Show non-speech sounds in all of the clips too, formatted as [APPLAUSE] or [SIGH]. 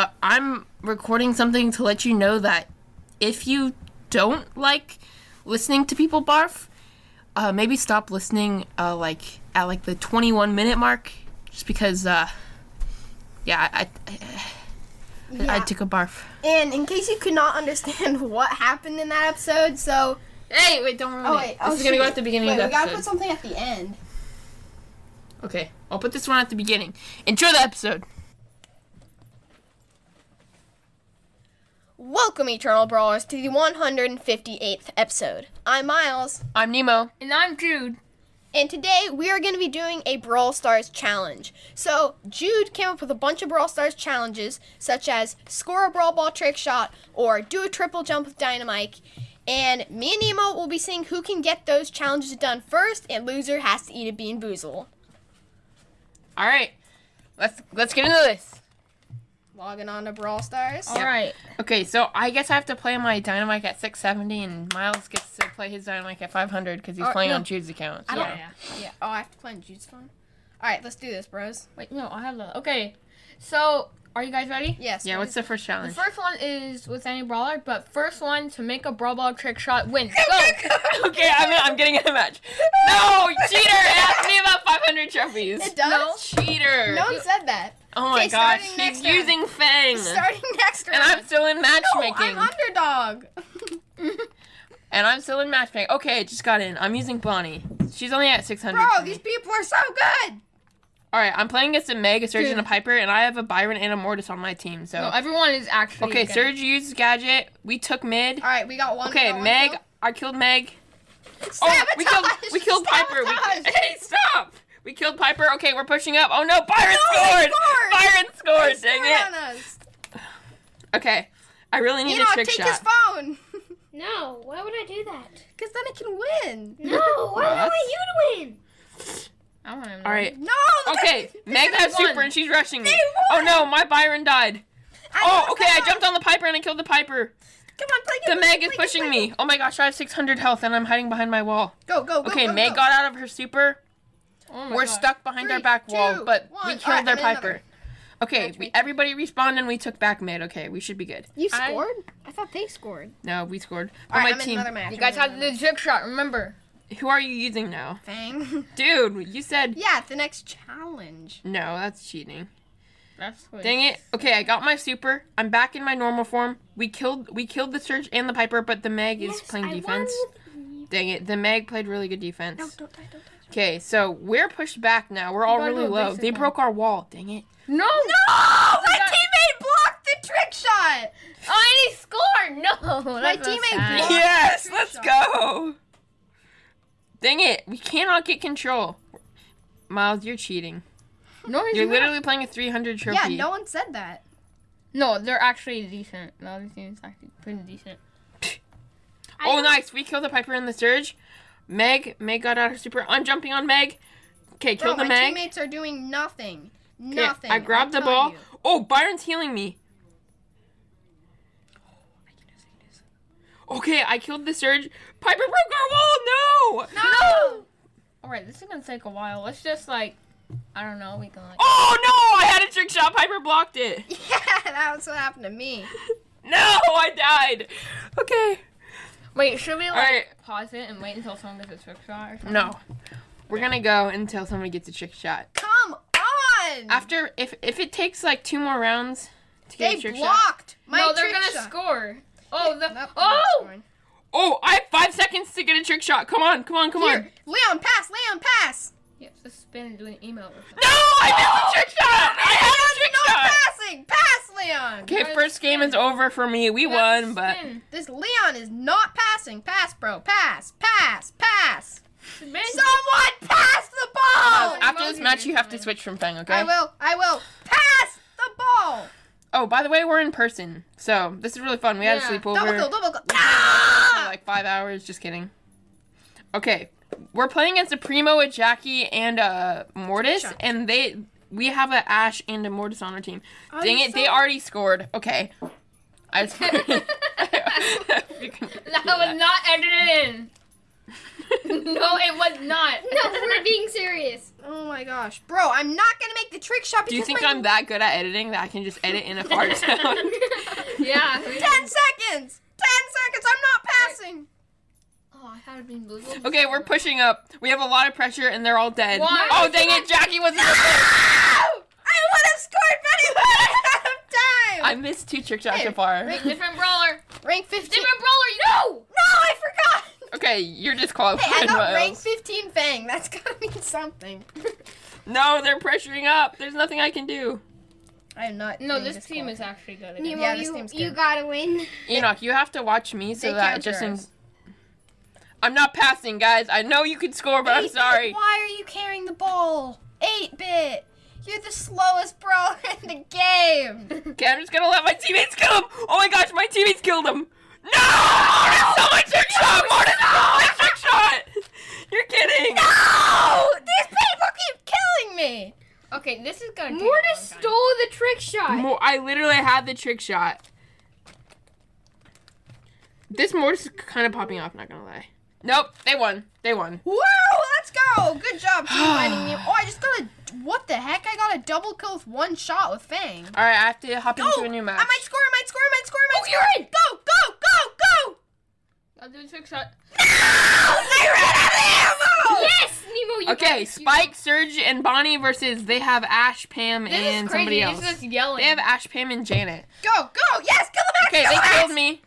Uh, I'm recording something to let you know that if you don't like listening to people barf, uh, maybe stop listening uh, like at like the 21 minute mark, just because. Uh, yeah, I, I, I, I Yeah. took a barf. And in case you could not [LAUGHS] understand what happened in that episode, so Hey, wait, don't ruin oh it. wait, This oh, is gonna go shoot. at the beginning Wait, of the we gotta episode. put something at the end. Okay, I'll put this one at the beginning. Enjoy the episode. Welcome, Eternal Brawlers, to the 158th episode. I'm Miles, I'm Nemo. And I'm Jude. and today we are going to be doing a Brawl Stars challenge. So, Jude came up with a bunch of Brawl Stars challenges, such as score a Brawl Ball trick shot or do a triple jump with dynamite. And me and Nemo will be seeing who can get those challenges done first, and loser has to eat a Bean Boozle. All right, let's let's get into this. Logging on to Brawl Stars. All right. Okay, so I guess I have to play my Dynamite at 670, and Miles gets to play his Dynamite at 500 because he's Oh, playing no. on Jude's account. So. don't- Yeah. Oh, I have to play on Jude's phone. All right, let's do this, bros. Wait, no, I have the. Okay. So, are you guys ready? Yes. Yeah, what's the first The challenge? first one is with any brawler, but first one to make a brawl ball trick shot wins. [LAUGHS] Go! okay, I'm, I'm getting in the match. No, cheater! It asked me about 500 trophies. It does? Cheater! No one said that. oh my Okay, gosh, starting he's next round. using Fang! Starting [LAUGHS] next And round. I'm still in matchmaking. I'm underdog. and I'm still in matchmaking. Okay, just got in. I'm using Bonnie. She's only at 600. Bro, for me. these people are so good. All right, I'm playing against a Meg, a Surge, and a Dude. Piper, and I have a Byron and a Mortis on my team. So No, everyone is actually. okay, good. Surge used gadget. We took mid. All right, we got one. Okay, we got one Meg. kill. I killed Meg. Oh, Sabotage! we killed. We killed Piper. We, Sabotage! hey, stop! We killed Piper. Okay, we're pushing up. Oh no, Byron scored! scored! Byron scored! [LAUGHS] Dang Scored on it! us. Okay, I really need You a know, trick take his shot. phone. No, why would I do that? [LAUGHS] Cause then it can win. No, why do I What? want you to win? I want him. All [LAUGHS] right. No. [LAUGHS] Okay, they- Meg has won. super and she's rushing me. They Oh won! no, my Byron died. Oh, know, okay, I come jumped on the Piper and I killed the Piper. Come on, play The it, Meg play is it, pushing play it. me. Oh my gosh, I have 600 health and I'm hiding behind my wall. Go, go, go. Okay, go, Meg go. got out of her super. Oh my We're God. stuck behind our Three, back wall, two, but one. we All right, killed our I'm in another. Piper. Okay, we, everybody respawned and we took back mid. Okay, we should be good. You I- scored? I, thought they scored. No, we scored. But All my right, I'm in team. another match. You I'm guys in have to another do the trick shot. Remember. Who are you using now, match. Fang. [LAUGHS] dude? You said Yeah, the next challenge. no. That's cheating. That's what. Dang it. Okay, I got my super. I'm back in my normal form. We killed. We killed the surge and the piper, but the Meg is playing defense. Dang it. The Meg played really good defense. Don't die, don't die. Okay, so we're pushed back now. We're all gotta really do a low. basic They one. broke our wall. Dang it. No. No. Oh, my that- teammate blocked the trick shot. Oh, and he scored. No. My that's so teammate sad. blocked- Yes, Free let's shot. go. Dang it, we cannot get control. Miles, you're cheating. No, he's You're not. literally playing a 300 trophy. Yeah, no one said that. No, they're actually decent. The other team is actually pretty decent. Oh, nice. We killed the Piper in the Surge. Meg, Meg got out her super. I'm jumping on Meg. Okay, Bro, kill the my Meg. teammates are doing nothing. 'Kay, Nothing. I grabbed the I'm telling ball. you. [LAUGHS] Oh, Byron's healing me. Okay, I killed the Surge. Piper broke our wall. [GASPS] No. No. All right, this is gonna take a while. Let's just like, I don't know. We can like. Oh no! I had a trick shot. Piper blocked it. Yeah, that was what happened to me. No, I died. Okay. Wait, should we like Alright. pause it and wait until someone gets a trick shot or something? No. We're gonna go until somebody gets a trick shot. Come on. After if if it takes like two more rounds to get a they trick shot. blocked my no, they're trick gonna shot. score. Oh, Nope, the they're not oh! scoring. Oh, I have five seconds to get a trick shot. Come on, come on, come on. Here, Leon, pass. Leon, pass. Yes, just spin and do an email. Or something. No, I missed a trick shot! I had a trick No shot! passing. Pass, Leon. Okay, first game is over for me. We Just won, but spin. This Leon is not passing. Pass, bro. Pass. Pass. Pass. Spin. Someone pass the ball. Oh, after this match you have to switch from Fang, okay? I will. I will. Pass the ball. Oh, by the way, we're in person, so this is really fun. We had Yeah. a Double kill, sleepover double kill. Ah! for like five hours. Just kidding. Okay, we're playing against a Primo, a Jackie, and a Mortis, and they we have a Ash and a Mortis on our team. Dang it, they already scored. Okay, I just [LAUGHS] That was not edited in. no, it was not. No, we're being serious. Oh my gosh, bro! I'm not gonna make the trick shot because Do you think my- I'm that good at editing that I can just edit in a fart sound? Yeah. ten seconds? Ten seconds! I'm not passing. Oh, I had it been blue. Okay, we're pushing up. We have a lot of pressure, and they're all dead. Why? Oh, dang it, Jackie was in the Ow! I would have scored many ahead of I time. missed two trick shots so far. Different brawler. rank 15. Different brawler. No. No, I forgot. Okay, you're disqualified. Hey, I got Miles. rank 15 Fang. That's gotta mean something. [LAUGHS] No, they're pressuring up. There's nothing I can do. I am not. No, being this team is actually good. Again. Nemo, Yeah, this you, team's you good. gotta win. Enoch, you have to watch me so They that counter Justin. us. I'm not passing, guys. I know you could score, but I'm 8-bit, sorry. Why are you carrying the ball? 8 bit. You're the slowest brawler [LAUGHS] in the game. Okay, I'm just gonna let my teammates kill him. Oh my gosh, my teammates killed him. No! Mortis, no my trick shot. Mortis, no my trick shot. You're kidding. oh, these people keep killing me. Okay, this is gonna. take a long Mortis time. stole the trick shot. Mo- I literally had the trick shot. This Mortis is kind of popping off. Not gonna lie. Nope, they won. They won. Woo, let's go. Good job, team finding me. Oh, I just got a. What the heck? I got a double kill with one shot with Fang. All right, I have to hop Go! into a new match. I might score, I might score, I might score, I might score. You're in. Go, go, go, go. I'll do a trick shot. Oh, they ran out of ammo. Yes, Nemo, you got Okay, it. Spike, Serge, and Bonnie versus they have Ash, Pam, This and is crazy. somebody He's else. just yelling. They have Ash, Pam, and Janet. Go, go. Yes, kill the max. Okay, kill they the killed max. me.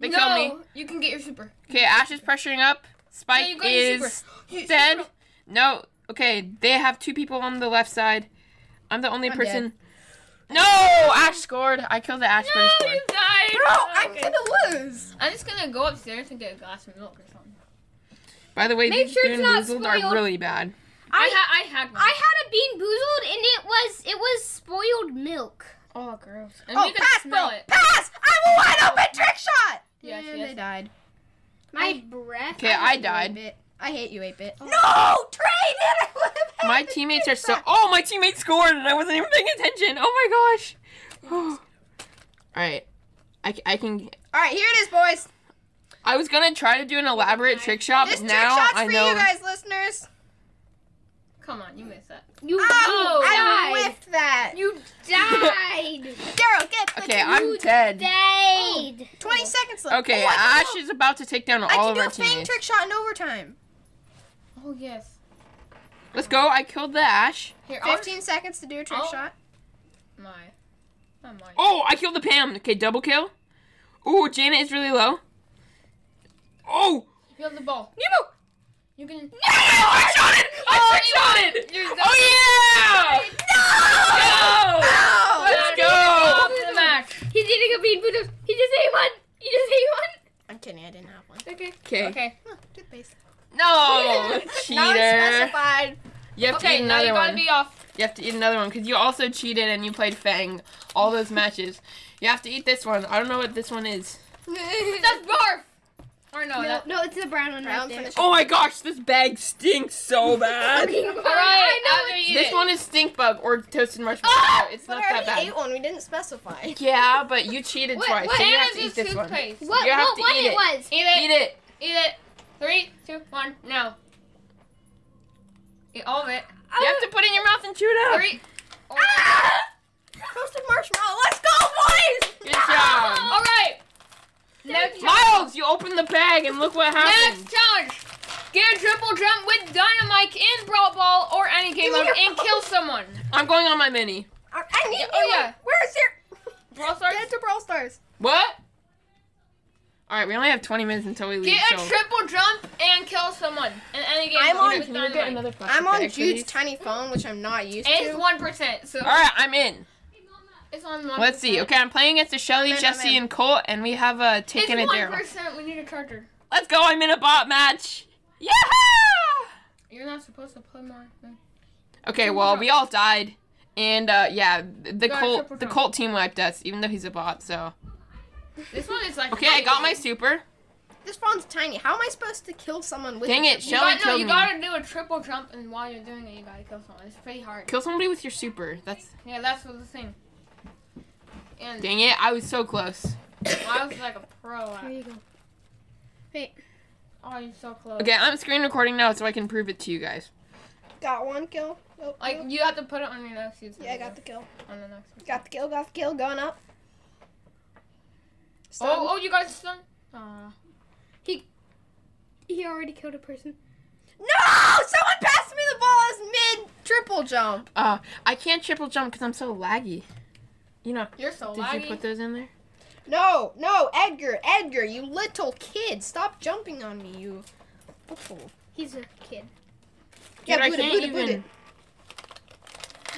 They no, killed me. you can get your super. Okay, Ash is pressuring up. No, Spike you got your is super. dead. No. Okay, they have two people on the left side. I'm the only I'm person. No, Ash scored. I killed the Ash, but No, he you scored. died. Bro, Oh, I'm Oh, Okay. gonna lose. I'm just gonna go upstairs and get a glass of milk or something. By the way, Make these sure it's Boon not Boozled are spoiled. really bad. I, ha- I had one. I had a bean boozled and it was it was spoiled milk. oh, gross. And Oh, we could pass, smell bro. it. Pass. I'm a wide open trick shot. Yes, and yes. they died. My breath. Okay, I Eight died. bit. I hate you, 8 bit. No, trade it. I would've had My the teammates are trick so. shot. Oh, my teammates scored, and I wasn't even paying attention. Oh my gosh. All right, I, c- I can. All right, here it is, boys. I was gonna try to do an elaborate trick shot, This but trick now shot's I for know. you guys, listeners. Come on, you missed that. You Oh, I died. whiffed that. You [LAUGHS] died. Daryl, get the Okay, I'm You dead. died. 20 seconds left. Okay, Oh, I can Ash do a- is about to take down I all can of do our a fang teammates. trick shot in overtime. Oh yes. Let's go. I killed the Ash. Here, I'll- 15 seconds to do a trick I'll- shot. My. Not mine. Oh, I killed the Pam. Okay, double kill. Ooh, Janet is really low. Oh, You have the ball. Nemo. You can. I shot it. I shot it. You're Oh yeah. No! Let's Top go! of the match. He's eating a bean boozled. He just ate one. He just ate one. I'm kidding, I didn't have one. Okay. Okay. Okay. Huh, toothpaste. No! Cheater! Non-specified. You have to eat Okay. Now another you gotta one. [LAUGHS] be off. You have to eat another one because you also cheated and you played Fang all those matches. You have to eat this one. I don't know what this one is. That's barf. Or [LAUGHS] no. No, That, no, it's the brown one right Round there. finish. Oh my gosh, this bag stinks so bad. All all right. After you eat this it. one is stink bug or toasted marshmallow. Ah! it's But not I that already bad. ate one, we didn't specify. Yeah, but you cheated Wait, twice, what so you have Anna's to eat is this one. toothpaste. Eat What, You have what to one eat it it. was? Eat it. it. Eat it. Three, two, one, now. Eat all of it. You have to put it in your mouth and chew it up. Three. Oh. [LAUGHS] Toasted marshmallow, let's go, boys! Good job. All right. Next challenge. Miles, Oh. you opened the bag and look what happened. Next challenge. Get a triple jump with dynamite in Brawl Ball or any [LAUGHS] game mode and kill someone. I'm going on my mini. I I need Oh, you. yeah. Where's your... Brawl Stars. Get it to Brawl Stars. What? All right, we only have 20 minutes until we leave. Get a so. triple jump and kill someone in any game I'm mode on- with Can you get dynamite. another plastic I'm on bag for Jude's these? tiny phone, which I'm not used It's to. one percent. So All right, I'm in. it's on one. Let's see. Okay, I'm playing against a Shelly, in, I'm Jesse, in. and Colt, and we have a It's Take and a one Daryl. percent. We need a charger. Let's go. I'm in a bot match. Yeah. You're not supposed to play my. Okay, well, we all died And uh, yeah, the Go Colt triple the jump. Colt team wiped us, even though he's a bot. So This one is like. okay, I got my super. This phone's tiny. How am I supposed to kill someone with Dang a it, triple- You Shelly got, no, killed you me. gotta do a triple jump, and while you're doing it, you gotta kill someone. It's pretty hard. Kill somebody with your super. That's Yeah, that's what the thing. And dang it. I was so close. I was like a pro. Here At, you go. Wait, oh, you're so close. Okay, I'm screen recording now so I can prove it to you guys. got one kill. Oh, Like oh. you have to put it on your next. season. yeah, I got the kill. on the next. One. Got the kill. Got the kill. Going up. Oh, oh, you guys done? Uh, He already killed a person. No! Someone passed me the ball as mid triple jump. Uh, I can't triple jump because I'm so laggy. You know, you're so did laggy. you put those in there? No, no, Edgar, Edgar, you little kid, stop jumping on me, you. Oh. He's a kid. Yeah, Dude, I boot it, can't boot it, boot even- it.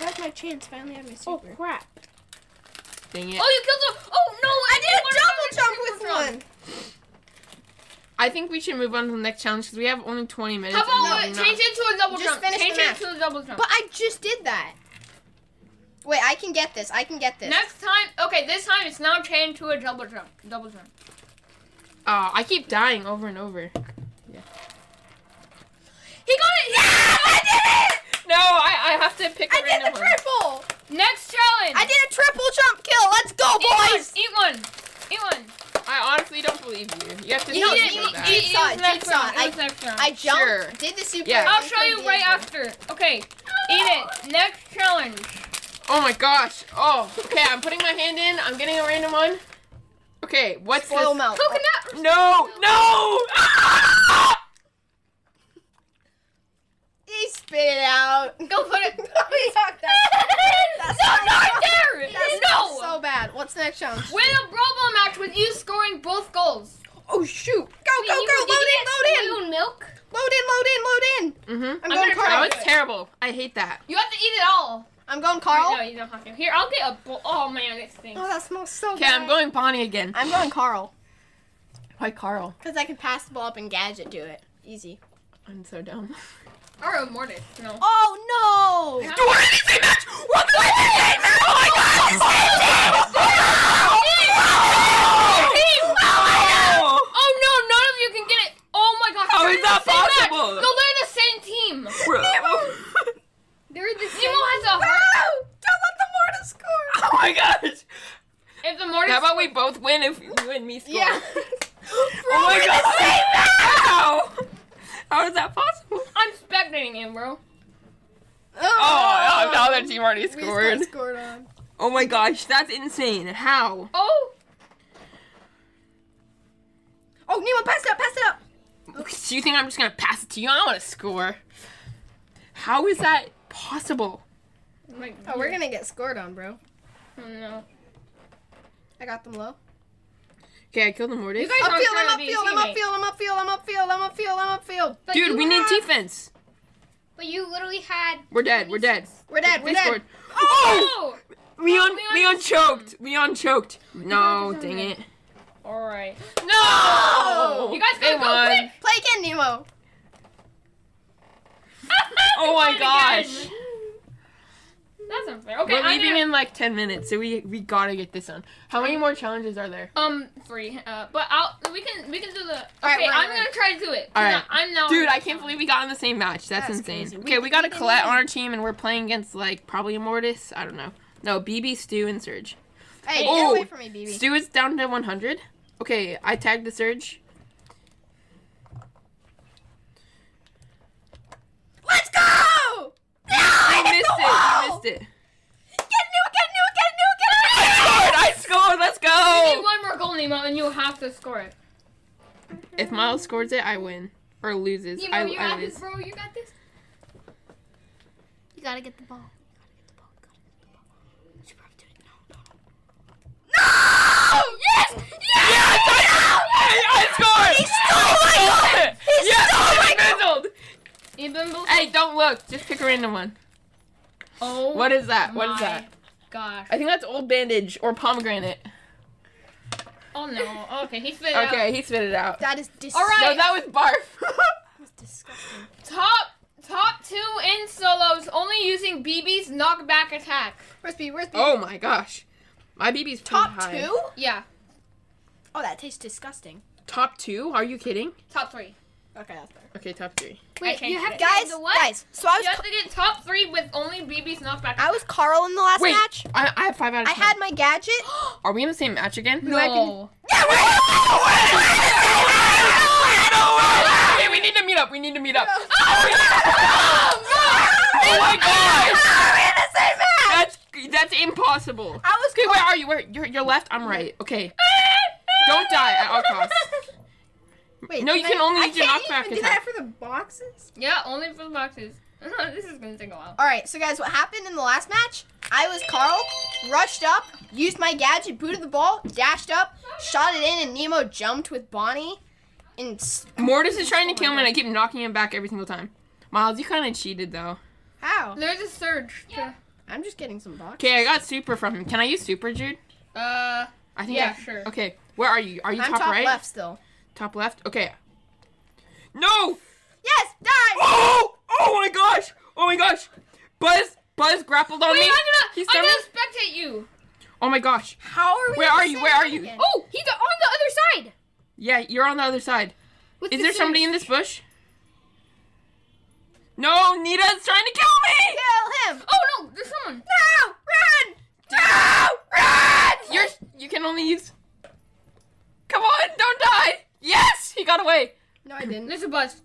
That's my chance. Finally, I have my Oh super. crap! Dang it. oh, you killed the. Oh no! I did one a another double jump triple with jump. one. I think we should move on to the next challenge because we have only 20 minutes. How and about we we do change it to a double Just jump? finish Change the it match. to a double jump. But I just did that. Wait, I can get this. I can get this. Next time, okay, this time it's now changed to a double jump. Double jump. not- Uh, I keep dying over and over. He got it. Ah, I did it! No, I, I have to pick a I did random the triple. Next challenge. I did a triple jump kill. Let's go, boys. Eat one. Eat one. Eat one. one. I honestly don't believe you. You have to You tell didn't me eat- that. you- It- it Jigsaw, was next jigsaw. round. It was next round. I jumped. Sure. Did the super. Yeah. and I'll then show you did right the- after. Okay. Eat it. Next challenge. Oh my gosh. Oh, okay, I'm putting my hand in. I'm getting a random one. Okay, what's Boil this? melt. Coconut. No, no! Ah! He spit it out. Go put [LAUGHS] it. [LAUGHS] That's not Right there. That's no. so bad. What's the next challenge? Win a Brawl Ball match with you scoring both goals. Oh shoot! Go go you- go! did you Load in, get load in, spoiled milk? load in, load in, load in. Mhm. Mm-hmm. I'm, I'm going gonna try That Carl. it. was terrible. I hate that. You have to eat it all. I'm going Wait, No, Carl. you don't have to. Here, I'll get a bowl. Oh man, this thing. Oh, that smells so Okay, I'm going Bonnie again. I'm going Carl Why Carl? because I can pass the ball up and gadget do it. Easy. I'm so dumb. Or a Mortis. No. Oh no! Do an anything match! What the anything match! Oh my god! Oh no, none of you can get it. Oh my gosh. How they're is in that the same match. possible? No, they're the same team. They're the Nemo same. has a heart. Don't let the Mortis score. Oh my gosh! If the Mortis. How about we both win if you and me score? Yeah. [LAUGHS] Oh my god! [LAUGHS] How? How is that possible? I'm spectating him, bro. Oh, no, the other team already We just got scored. scored on. Oh my gosh, that's insane. How? Oh. Oh, Nemo, pass it up, pass it up. Do you think I'm just gonna pass it to you? I want to score. How is that possible? My Oh, we're gonna get scored on, bro. Oh, no. I got them low. Okay, I killed Oh, the Mortis. You guys Upfield, aren't trying I'm to be a upfield, I'm teammate. upfield, I'm upfield, I'm upfield, I'm upfield, I'm upfield. But Dude, you we need have- defense. But you literally had. We're dead. We're dead. We're dead, we're They dead. scored. Oh! Oh. Leon, Leon Leon just- choked. Leon choked. No, dang it. All [LAUGHS] right. No! You guys they gotta go won. quick. Play again, Nemo. Oh my They won gosh. again. That's unfair. Okay, We're I'm leaving gonna- in like 10 minutes, so we we gotta get this on. How many more challenges are there? Um, three. Uh, but I'll we can we can do the. Okay, right, right, I'm right. gonna try to do it. All No, right. I'm now. Dude, I can't believe we got in the same match. That's, Oh, That's insane. crazy. We- Okay, we got a we didn't Colette win. on our team, and we're playing against like probably a Mortis. I don't know. No, BB, Stu, and Surge. Hey, Oh. get away from me, BB. Stu is down to 100. Okay, I tagged the Surge. Let's go! No, I You hit missed the it. You wall! missed it. Get new, get new, get new, get new. Scored! I scored! Let's You need go! one more goal, Nemo, and you have to score it. If Miles scores it, I win. Or loses. You I, you I got lose. this, bro. You got this. You gotta get the ball. Oh, yes! Yes! I, I scored! He stole it! He yes! stole Even bel- Hey, don't look. Just pick a random one. oh. What is that? What my is that? Gosh. I think that's old bandage or pomegranate. Oh no. [LAUGHS] Okay, he spit it out. Okay, he spit it out. [LAUGHS] That is dis- All right. No, that was barf. disgusting. Top Top two in solos, only using BB's knockback attack. Recipe, recipe. Oh my gosh. My BB's pretty Top high. two? Yeah, Oh, that tastes disgusting. Top two? Are you kidding? top three. Okay, that's better. Okay, top three. Wait, changed you have it. to. Guys, The what? guys. So I You was, have to get top three with only BB's knockback. I was Carl in the last Wait, match. I, I have five out of I ten. had my gadget. [GASPS] Are we in the same match again? [LAUGHS] no. yeah, Hey, we need to meet up. We need to meet up. Oh [LAUGHS] my gosh! That's that's impossible. I was Okay, where are you? Where you're, you're left? I'm right. Okay. Don't die at all costs. Wait, No, you can only use your knockback attack. for the boxes. Yeah, only for the boxes. [LAUGHS] this is gonna take a while. All right, so guys, what happened in the last match? I was Carl, rushed up, used my gadget, booted the ball, dashed up, shot it in, and Nemo jumped with Bonnie. And s- Mortis is trying to kill me, and I keep knocking him back every single time. Miles, you kind of cheated though. how? There's a surge. Yeah. I'm just getting some boxes. Okay, I got super from him. Can I use super, Jude? Uh, I think Yeah, I- sure. Okay, where are you? Are you I'm top, top right? left still. Top left. Okay. No! Yes, die! Oh! Oh my gosh! Oh my gosh! Buzz! Buzz grappled on wait, me. I'm gonna, He's I'm coming. gonna spectate you. Oh my gosh! How are we? Where at the are you? same Where are time you? again? Oh, he's on the other side. Yeah, you're on the other side. With Is the there somebody in surge. this bush? No, Nita's trying to kill me! Kill him! Oh no, there's someone. No! Run! No! Run! You're you can only use. Come on, don't die! Yes, he got away. No, I didn't. There's a buzz.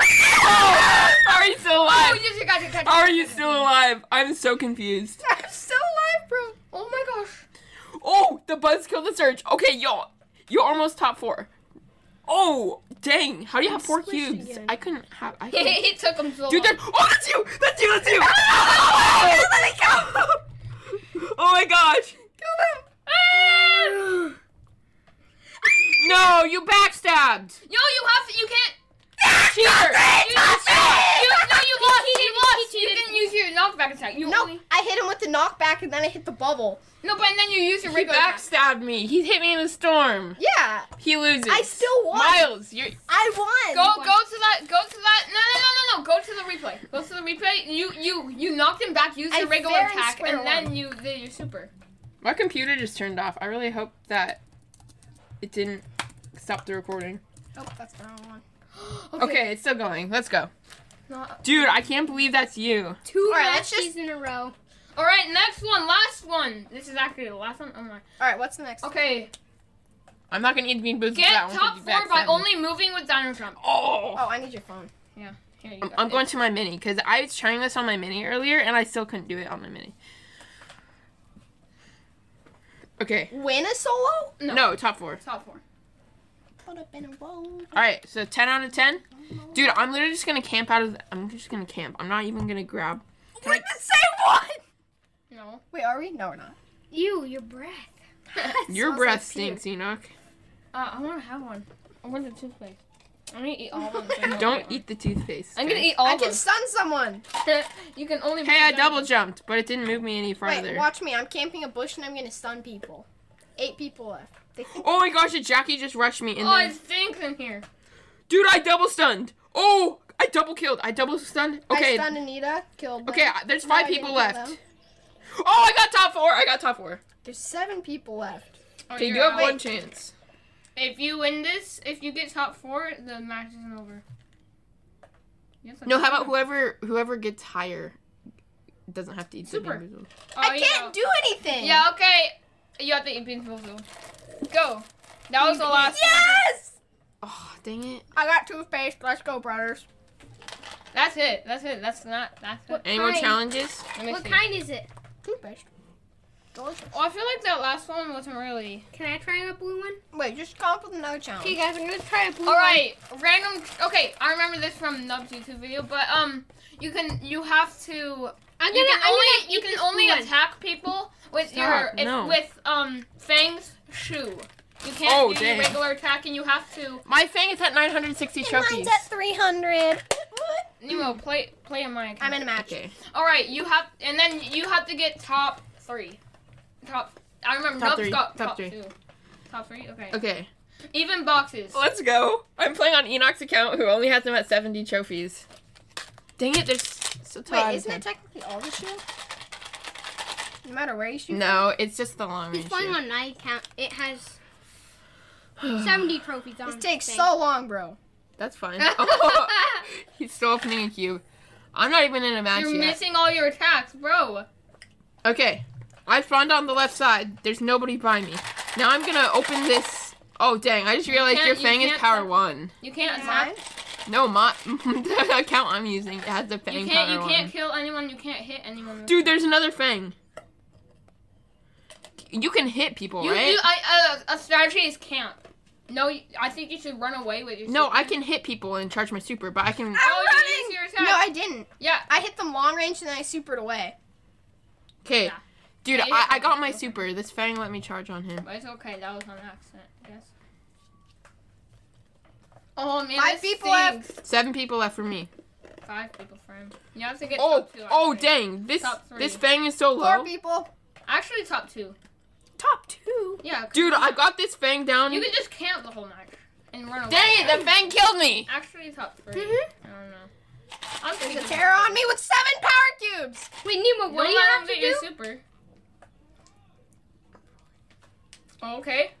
Oh, are you still Oh, alive? you just got it, got it. Are you still alive? I'm so confused. I'm still alive, bro. Oh my [LAUGHS] gosh. Oh, the buzz killed the surge. Okay, y'all, you're almost top four. Oh, dang! How do you have four cubes? I couldn't have. [LAUGHS] I couldn't. it took him so Dude, long. there. Oh, that's you! That's you! [LAUGHS] That's you! Oh, oh my gosh! Kill them! no, you backstabbed! Yo, you have to. You can't. Cheater! You, no, you lost. you lost. you didn't use your knockback attack. You No, only. I hit him with the knockback and then I hit the bubble. No, but then you use your He regular. attack. backstabbed me. He hit me in the storm. Yeah, He loses. I still won. Miles, you're. I won. Go, go to that. Go to that. No, no, no, no, no. Go to the replay. Go to the replay. You, you, you knocked him back. Use I your regular fair and attack, square and then won. you did your super. My computer just turned off. I really hope that it didn't stop the recording. Oh, that's the wrong one. Okay, it's still going. Let's go. Not- Dude, I can't believe that's you. Two All right, let's matches just- in a row. All right, next one. Last one. This is actually the last one. Oh my. All right, what's the next? Okay. I'm not gonna eat bean boots. Get for that one, 'cause top you four by backstabbed me. only moving with Donald Trump. Oh. Oh, I need your phone. Yeah. Here you I'm, go. I'm going to my mini because I was trying this on my mini earlier and I still couldn't do it on my mini. Okay. Win a solo? No. No, top four. Top four. Put up in a row. All right, so 10 out of 10. Dude, I'm literally just gonna camp out of. The, I'm just gonna camp. I'm not even gonna grab. We're the same one. No. Wait, are we? No, we're not. Ew, your breath. Your breath stinks, Enoch. Uh, I want to have one. I want the toothpaste. I'm gonna eat all of [LAUGHS] them. Don't eat the toothpaste. I'm gonna guys. eat all I of can them. stun someone. [LAUGHS] you can only. Hey, I double jumped, but it didn't move me any Wait, farther. watch me. I'm camping a bush and I'm gonna stun people. Eight people left. They think oh my gosh, a Jackie just rushed me in Oh, there. it stinks in here. Dude, I double stunned. Oh, I double killed. I double stunned. I Okay. stunned Anita. Killed. them. Okay, I- there's No, I five didn't people kill left. them. Oh, Oh, I got top four. I got top four. There's seven people left. Oh, Okay, you you're have out. one chance. If you win this, if you get top four, the match isn't over. Yes, I'm No, how about sure. whoever whoever gets higher doesn't have to eat Super. the bamboozle. Oh, I yeah. can't do anything. Yeah, okay. You have to eat beans before. Go. That was the last. Yes. Oh, dang it. I got toothpaste. Let's go, brothers. That's it. That's it. That's not. That's it. Any more Fine. challenges? Let me What see. kind is it? Toothpaste. Delicious. Well, I feel like that last one wasn't really. Can I try a blue one? Wait, just come up with another challenge. Okay, guys, I'm gonna try a blue All one. right, random. Okay, I remember this from Nub's YouTube video, but um, you can you have to. I'm gonna. You can I'm only gonna you eat can this only blue one. attack people with your Stop, if, no. with um Fang's shoe. You can't Oh, do dang. your regular attack, and you have to My thing is at 960 trophies. 300. Nemo play play on my. Account. I'm in a match. Okay. All right, you have, and then you have to get top three. Top. I remember. Top Nub's three, got top top, three. two. Top three? Okay. Okay, Oh, Even boxes. let's go. I'm playing on Enoch's account, who only has him at 70 trophies. Dang it, there's so Wait, tired. isn't it technically all the shield? No matter where you shoot. No, it's just the long He's range. playing shoot. on my account. It has 70 trophies on This takes thing. so long, bro. That's [LAUGHS] fine. [LAUGHS] Oh, he's still opening a cube. I'm not even in a match You're yet. missing all your attacks, bro. Okay. I spawned on the left side. There's nobody by me. Now I'm gonna open this. Oh dang! I just realized can't- your you fang is can't power tap- one. You can't attack. Mine? No, my [LAUGHS] the account I'm using it has the fang You power can't. You one. can't kill anyone. You can't hit anyone. Dude, there's another fang. You can hit people, You, right? you, I, uh, a strategy is camp. No, you- I think you should run away with your. no, super. I can hit people and charge my super, but I can. Oh, you use your attack. No, I didn't. yeah. I hit them long range and then I supered away. Okay, dude, Yeah, you I, hit I got my people. super. This fang let me charge on him. But it's okay. That was on accident. I guess. Oh man, Five this people stinks. Seven people left for me. Five people for him. You have to get Oh, top two. oh, actually. dang! This Top three. this fang is so Four low. people. Actually, top two. Top two. Yeah. 'cause Dude, I got this fang down. You can just camp the whole match and run away. Dang it, Mm-hmm. the fang killed me! Actually, top 3 I don't know. I'm There's a thinking- terror on me with seven power cubes. Wait, Nemo, Don't what do you let have him to get your do? super. Oh, Okay.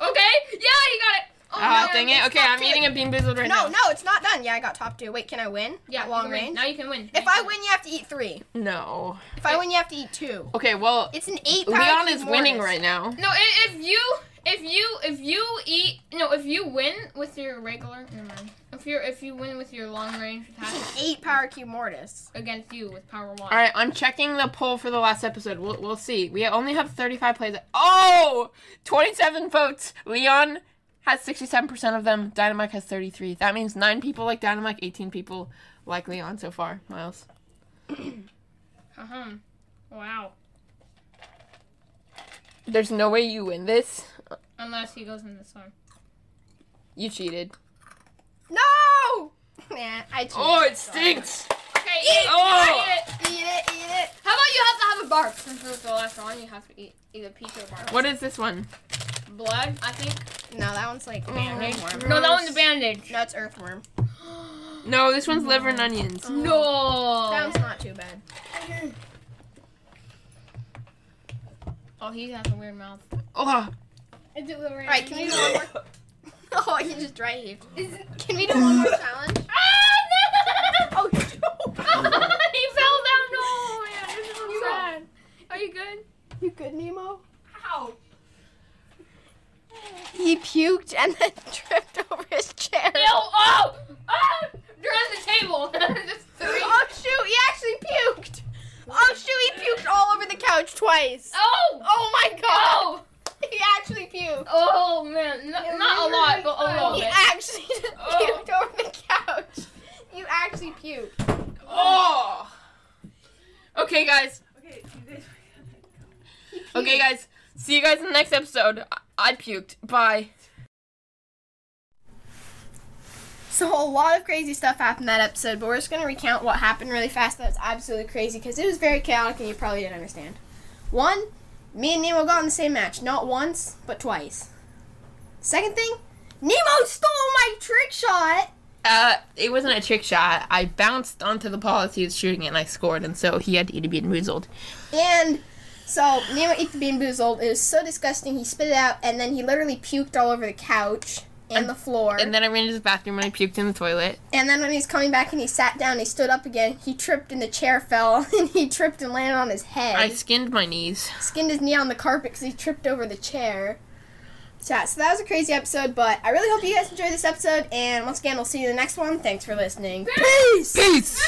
Okay. Yeah, you got it. Oh, Ah, man, dang it. it's Okay, top I'm two. eating a bean boozled right No, now. no, it's not done. Yeah, I got top two. Wait, can I win? Yeah, At you long can win. range. Now you can win. If I win, you have to eat three. No. If I win, you have to eat two. Okay, well, It's an eight power Leon cube is winning mortis. right now. No, i- if you if you if you eat no if you win with your regular never mind. If you if you win with your long range attack [LAUGHS] Eight power cube mortis. against you with power one. All right, I'm checking the poll for the last episode. We'll, we'll see. We only have 35 plays. Oh! 27 votes. Leon has 67% of them. Dynamite has 33. That means 9 people like Dynamite, 18 people like Leon so far. Miles. Uh-huh. Wow. There's no way you win this. Unless he goes in this one. You cheated. No! [LAUGHS] Nah, I cheated. Oh, it stinks! Okay, eat. Oh! Eat it. Eat it, eat it. How about you have to have a barf? Since it was the last one, you have to eat either pizza or barf. What is this one? Blood, I think. No, that one's like bandage worm. No, that one's a bandage. No, it's earthworm. No, this one's liver and onions. That No. one's not too bad. Oh, he has a weird mouth. Oh, Is it Lorraine? Alright, can we do one more? [LAUGHS] [LAUGHS] Oh, you just dry heaved. Can we do one more challenge? [LAUGHS] [LAUGHS] Oh, he fell [LAUGHS] down. No, man, this is so sad. Are you good? You good, Nemo? Ow. He puked and then [LAUGHS] tripped over his chair. No. Oh. Oh. You're on the table. [LAUGHS] Just three. Oh shoot, he actually puked! Oh shoot, he puked all over the couch twice! Oh. Oh my god! Oh. He actually puked! Oh man, N- not a lot, but a little He bit. actually [LAUGHS] Oh. puked over the couch! You actually puked. Oh. Okay, guys. Okay, guys. See you guys in the next episode. I, I puked. Bye. So a lot of crazy stuff happened that episode, but we're just gonna recount what happened really fast that was absolutely crazy because it was very chaotic and you probably didn't understand. One, me and Nemo got in the same match, not once, but twice. Second thing, Nemo stole my trick shot! Uh, it wasn't a trick shot. I bounced onto the ball as he was shooting it, and I scored. And so he had to eat a bean boozled. And so Nemo ate the bean boozled. It was so disgusting. He spit it out, and then he literally puked all over the couch and, the floor. And then I ran to the bathroom and I puked in the toilet. And then when he was coming back and he sat down, he stood up again. He tripped and the chair fell, [LAUGHS] and he tripped and landed on his head. I skinned my knees. skinned his knee on the carpet because he tripped over the chair. So, yeah, so that was a crazy episode, but I really hope you guys enjoyed this episode. And once again, we'll see you in the next one. Thanks for listening. Peace. Peace.